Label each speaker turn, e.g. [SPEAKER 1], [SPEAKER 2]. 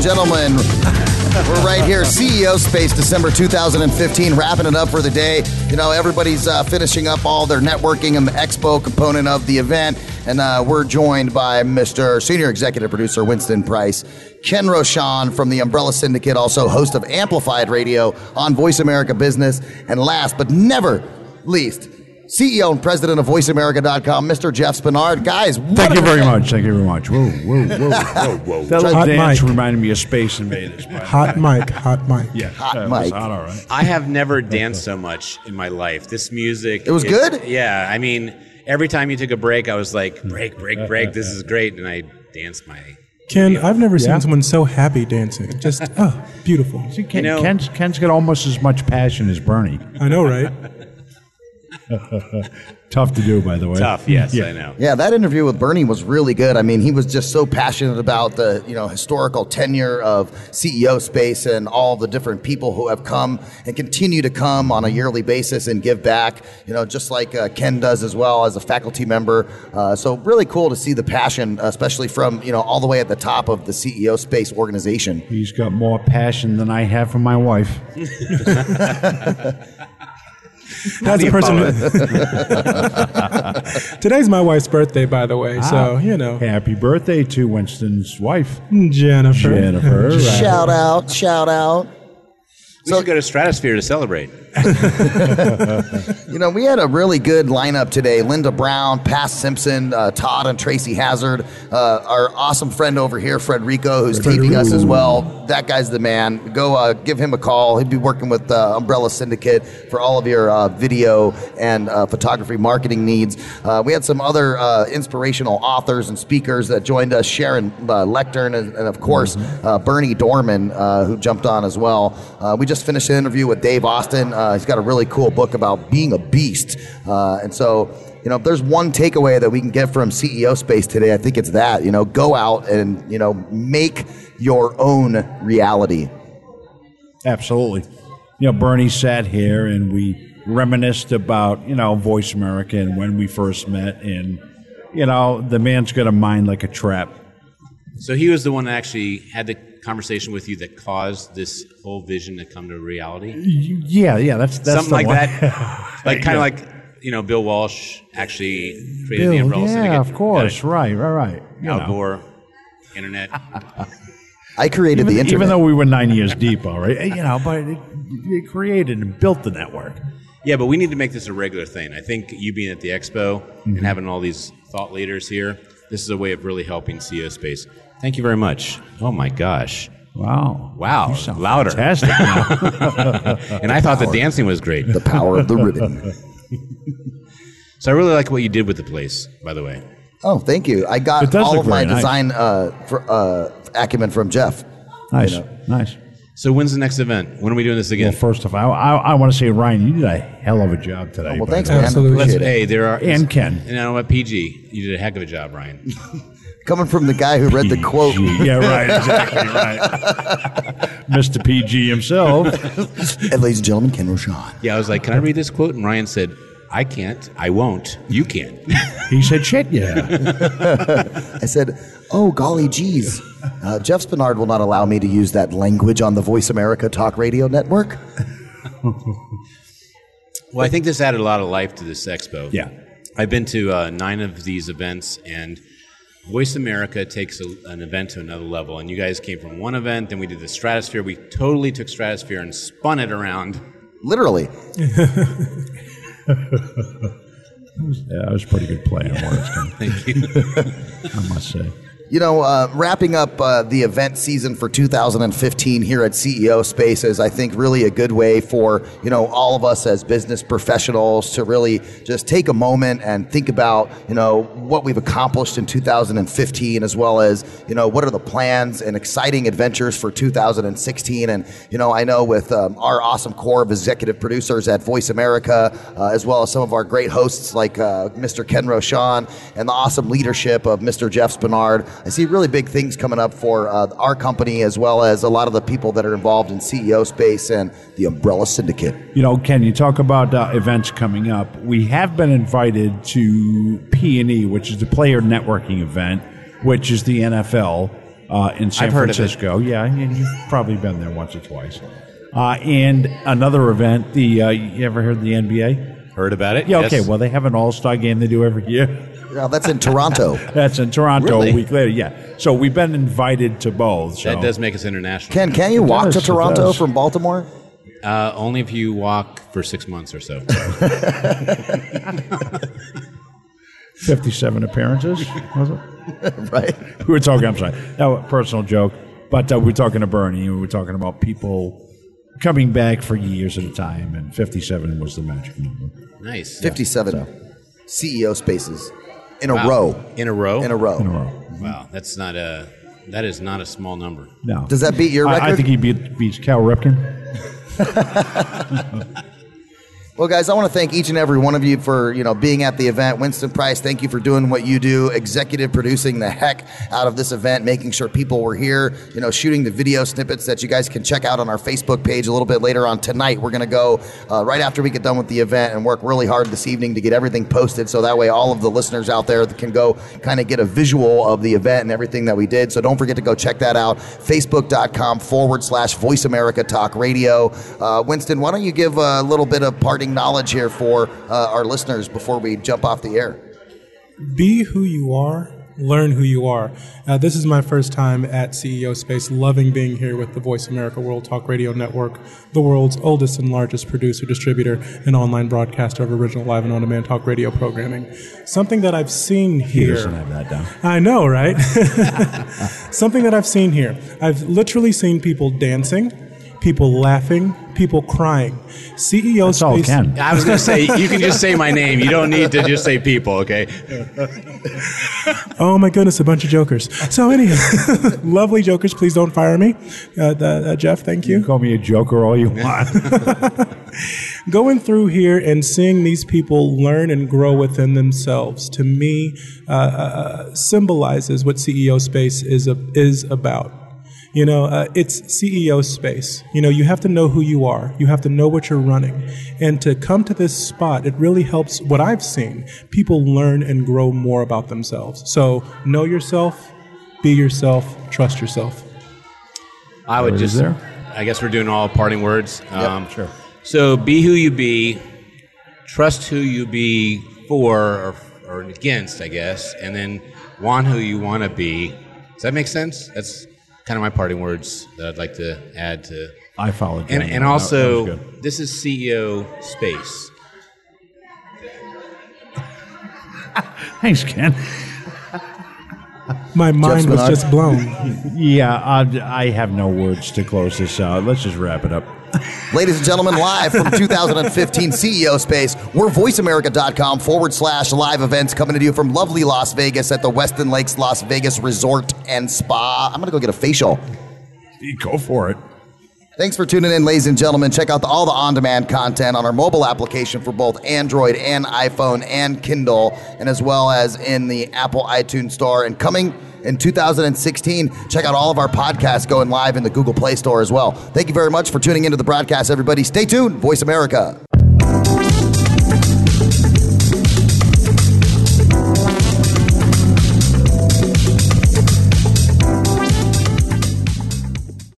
[SPEAKER 1] gentlemen. We're right here, CEO Space, December 2015, wrapping it up for the day. You know, everybody's uh, finishing up all their networking and the expo component of the event. And uh, we're joined by Mr. Senior Executive Producer Winston Price, Ken Roshan from the Umbrella Syndicate, also host of Amplified Radio on Voice America Business. And last but never least, CEO and president of VoiceAmerica.com, Mr. Jeff Spinard. Guys, what
[SPEAKER 2] Thank
[SPEAKER 1] an
[SPEAKER 2] you very
[SPEAKER 1] event.
[SPEAKER 2] much. Thank you very much. Whoa, whoa, whoa, whoa, whoa. That
[SPEAKER 3] little
[SPEAKER 2] little dance
[SPEAKER 3] mic.
[SPEAKER 2] reminded me of Space Invaders. by the
[SPEAKER 3] Hot
[SPEAKER 2] way.
[SPEAKER 3] mic, hot mic.
[SPEAKER 2] Yeah,
[SPEAKER 1] Hot
[SPEAKER 2] it was
[SPEAKER 1] mic.
[SPEAKER 2] Hot, all right.
[SPEAKER 4] I have never danced so much in my life. This music.
[SPEAKER 1] It was
[SPEAKER 4] is-
[SPEAKER 1] good?
[SPEAKER 4] Yeah. I mean, every time you took a break, I was like, break, break, break. This is great. And I danced my.
[SPEAKER 3] Ken, I've never
[SPEAKER 2] Yeah.
[SPEAKER 3] seen someone so happy dancing. Just, oh, beautiful.
[SPEAKER 2] See, Ken,
[SPEAKER 4] You know-
[SPEAKER 2] Ken's, Ken's got almost as much passion as Bernie.
[SPEAKER 3] I know, right?
[SPEAKER 2] Tough to do, by the way.
[SPEAKER 4] Tough. Yes, I know.
[SPEAKER 1] Yeah, that interview with Bernie was really good. I mean, he was just so passionate about the you know historical tenure of CEO space and all the different people who have come and continue to come on a yearly basis and give back. You know, just like uh, Ken does as well as a faculty member. Uh, so really cool to see the passion, especially from you know all the way at the top of the CEO space organization.
[SPEAKER 2] He's got more passion than I have for my wife.
[SPEAKER 3] That's a person. Today's my wife's birthday, by the way. So,
[SPEAKER 2] Ah,
[SPEAKER 3] you know,
[SPEAKER 2] Happy birthday to Winston's wife,
[SPEAKER 3] Jennifer.
[SPEAKER 2] Jennifer. right.
[SPEAKER 1] Shout out! Shout out!
[SPEAKER 4] We should go to Stratosphere to celebrate.
[SPEAKER 1] You know, we had a really good lineup today. Linda Brown, Pass Simpson, uh, Todd and Tracy Hazard, uh, our awesome friend over here, Frederico, who's taping us as well. That guy's the man. Go uh, give him a call. He'd be working with uh, Umbrella Syndicate for all of your uh, video and uh, photography marketing needs. Uh, we had some other uh, inspirational authors and speakers that joined us Sharon uh, Lectern, and, and of course,
[SPEAKER 2] Mm-hmm.
[SPEAKER 1] uh, Bernie Dorman, uh, who jumped on as well. Uh, we just finished an interview with Dave Austin. Uh, he's got a really cool book about being a beast. Uh, and so, you know, if there's one takeaway that we can get from CEO space today, I think it's that. You know, go out and, you know, make your own reality.
[SPEAKER 2] Absolutely. You know, Bernie sat here and we reminisced about, you know, Voice America and when we first met. And, you know, the man's got a mind like a trap.
[SPEAKER 4] So he was the one that actually had the conversation with you that caused this whole vision to come to reality.
[SPEAKER 2] Yeah, yeah, that's, that's the
[SPEAKER 4] Something like
[SPEAKER 2] one.
[SPEAKER 4] that. Like kind
[SPEAKER 2] Yeah.
[SPEAKER 4] of like you know Bill Walsh actually created the
[SPEAKER 2] Bill,
[SPEAKER 4] umbrella
[SPEAKER 2] yeah,
[SPEAKER 4] syndicate.
[SPEAKER 2] of course. Right, right, right. You
[SPEAKER 4] Got it. Al
[SPEAKER 2] know.
[SPEAKER 4] Gore, internet.
[SPEAKER 1] I created
[SPEAKER 2] even,
[SPEAKER 1] the internet.
[SPEAKER 2] even though we were nine years deep, all right, you know, but it, it created and built the network.
[SPEAKER 4] Yeah, but we need to make this a regular thing. I think you being at the expo
[SPEAKER 2] Mm-hmm.
[SPEAKER 4] and having all these thought leaders here, this is a way of really helping CEO space. Thank you very much. Oh my gosh.
[SPEAKER 2] Wow,
[SPEAKER 4] Wow.
[SPEAKER 2] You sound
[SPEAKER 4] Louder.
[SPEAKER 2] fantastic. now.
[SPEAKER 4] And I thought the dancing was great.
[SPEAKER 1] the power of the ribbon.
[SPEAKER 4] So I really like what you did with the place, by the way.
[SPEAKER 1] Oh, thank you. I
[SPEAKER 2] It
[SPEAKER 1] got
[SPEAKER 2] does
[SPEAKER 1] all
[SPEAKER 2] look
[SPEAKER 1] of my
[SPEAKER 2] very nice.
[SPEAKER 1] design uh, for, uh, acumen from Jeff.
[SPEAKER 2] nice,
[SPEAKER 1] You know.
[SPEAKER 2] nice.
[SPEAKER 4] So when's the next event? When are we doing this
[SPEAKER 2] Well,
[SPEAKER 4] again?
[SPEAKER 2] first off, I, I, I want to say, Ryan, you did a hell of a job today.
[SPEAKER 1] Well,
[SPEAKER 2] by
[SPEAKER 1] thanks,
[SPEAKER 2] the way.
[SPEAKER 1] man.
[SPEAKER 3] Absolutely.
[SPEAKER 1] Appreciate it.
[SPEAKER 4] hey, there are
[SPEAKER 2] And Ken.
[SPEAKER 4] You know what, PG, you did a heck of a job, Ryan.
[SPEAKER 1] Coming from the guy who read the quote.
[SPEAKER 2] PG. Yeah, right, exactly, right. Mr. PG himself.
[SPEAKER 1] And ladies and gentlemen, Ken Roshan.
[SPEAKER 4] Yeah, I was like, can I read this quote? And Ryan said, I can't. I won't. You can't.
[SPEAKER 2] He said, shit, yeah.
[SPEAKER 1] I said, "Oh golly geez, uh, Jeff Spinard will not allow me to use that language on the Voice America Talk Radio Network."
[SPEAKER 4] Well, I think this added a lot of life to this expo.
[SPEAKER 2] Yeah.
[SPEAKER 4] I've been to uh, nine of these events, and Voice America takes a, an event to another level. And you guys came from one event, then we did the Stratosphere. We totally took Stratosphere and spun it around.
[SPEAKER 1] Literally,
[SPEAKER 2] Yeah, that was a pretty good play on Waterstown. Thank
[SPEAKER 4] you.
[SPEAKER 2] I must say.
[SPEAKER 1] you know, uh, wrapping up uh, the event season for 2015 here at CEO Space is, I think, really a good way for you know all of us as business professionals to really just take a moment and think about you know what we've accomplished in 2015, as well as you know what are the plans and exciting adventures for 2016. And you know, I know with um, our awesome core of executive producers at Voice America, uh, as well as some of our great hosts like uh, Mr. Ken Roshan and the awesome leadership of Mr. Jeff Spinard. I see really big things coming up for uh, our company as well as a lot of the people that are involved in CEO space and the Umbrella Syndicate.
[SPEAKER 2] You know, Ken, you talk about uh, events coming up. We have been invited to P and E, which is the player networking event, which is the NFL, uh, in San
[SPEAKER 4] I've heard of it.
[SPEAKER 2] Francisco. Yeah, and you've probably been there once or twice. Uh, and another event, the uh, you ever heard of the NBA?
[SPEAKER 4] Heard about it?
[SPEAKER 2] Yeah,
[SPEAKER 4] Yes.
[SPEAKER 2] okay. Well, they have an All Star game they do every year.
[SPEAKER 1] Yeah, that's in Toronto.
[SPEAKER 2] That's in Toronto
[SPEAKER 4] Really?
[SPEAKER 2] a week later. Yeah, so we've been invited to both. So.
[SPEAKER 4] that does make us international.
[SPEAKER 1] Ken, can you walk
[SPEAKER 2] does,
[SPEAKER 1] to
[SPEAKER 2] it
[SPEAKER 1] Toronto
[SPEAKER 2] does.
[SPEAKER 1] from Baltimore?
[SPEAKER 4] Uh, only if you walk for six months or so.
[SPEAKER 2] 57 appearances, was it?
[SPEAKER 1] right.
[SPEAKER 2] We were talking, I'm sorry, that was a personal joke, but uh, we were talking to Bernie, and we were talking about people coming back for years at a time, and 57 was the magic number.
[SPEAKER 4] nice.
[SPEAKER 1] 57 CEO E spaces in a
[SPEAKER 4] Wow.
[SPEAKER 1] row.
[SPEAKER 4] In a row.
[SPEAKER 1] In a row.
[SPEAKER 2] In a row.
[SPEAKER 4] Wow, that's not a. That is not a small number.
[SPEAKER 2] No.
[SPEAKER 1] Does that beat your
[SPEAKER 2] I, I
[SPEAKER 1] record?
[SPEAKER 2] think he beat, beats Cal Ripken.
[SPEAKER 1] Well, guys, I want to thank each and every one of you for you know being at the event. Winston Price, thank you for doing what you do, executive producing the heck out of this event, making sure people were here. You know, shooting the video snippets that you guys can check out on our Facebook page a little bit later on tonight. We're going to go uh, right after we get done with the event and work really hard this evening to get everything posted, so that way all of the listeners out there can go kind of get a visual of the event and everything that we did. So don't forget to go check that out. Facebook.com forward slash Voice America Talk Radio. Uh, Winston, why don't you give a little bit of parting knowledge here for uh, our listeners before we jump off the air?
[SPEAKER 3] be who you are learn who you are uh, this is my first time at ceo space loving being here with the voice america world talk radio network the world's oldest and largest producer distributor and online broadcaster of original live and on-demand talk radio programming something that i've seen
[SPEAKER 2] He
[SPEAKER 3] here
[SPEAKER 2] doesn't have that down.
[SPEAKER 3] I know, right? Something that I've seen here. I've literally seen people dancing, people laughing, people crying. CEO
[SPEAKER 2] That's all
[SPEAKER 3] space.
[SPEAKER 2] Ken.
[SPEAKER 4] I was going to say you can just say my name. You don't need to just say people. Okay.
[SPEAKER 3] Oh my goodness, a bunch of jokers. So anyhow, lovely jokers. Please don't fire me, uh, the, uh, Jeff. Thank
[SPEAKER 2] You
[SPEAKER 3] you.
[SPEAKER 2] can call me a joker all you want.
[SPEAKER 3] Going through here and seeing these people learn and grow within themselves to me uh, uh, symbolizes what CEO space is a, is about. You know, uh, it's CEO space. You know, you have to know who you are. You have to know what you're running. And to come to this spot, it really helps what I've seen people learn and grow more about themselves. So, know yourself, be yourself, trust yourself.
[SPEAKER 4] I would
[SPEAKER 2] Word is
[SPEAKER 4] just.
[SPEAKER 2] there.
[SPEAKER 4] I guess we're doing all parting words. Um,
[SPEAKER 2] sure.
[SPEAKER 4] So be who you be, trust who you be for or, or against, I guess, and then want who you want to be. Does that make sense? That's kind of my parting words that I'd like to add to.
[SPEAKER 2] I followed Ken.
[SPEAKER 4] And, and
[SPEAKER 2] That- that was
[SPEAKER 4] also,
[SPEAKER 2] good.
[SPEAKER 4] this is CEO space.
[SPEAKER 2] Thanks, Ken.
[SPEAKER 3] My mind was
[SPEAKER 1] Minaj.
[SPEAKER 3] just blown.
[SPEAKER 2] Yeah, I, I have no words to close this out. Let's just wrap it up.
[SPEAKER 1] Ladies and gentlemen, live from 2015 CEO E Space, we're voiceamerica.com forward slash live events coming to you from lovely Las Vegas at the Weston Lakes Las Vegas Resort and Spa. I'm going to go get a facial.
[SPEAKER 2] Go for it.
[SPEAKER 1] Thanks for tuning in, ladies and gentlemen. Check out the, all the on demand content on our mobile application for both Android and iPhone and Kindle, and as well as in the Apple iTunes Store. And coming in 2016, check out all of our podcasts going live in the Google Play Store as well. Thank you very much for tuning into the broadcast, everybody. Stay tuned, Voice America.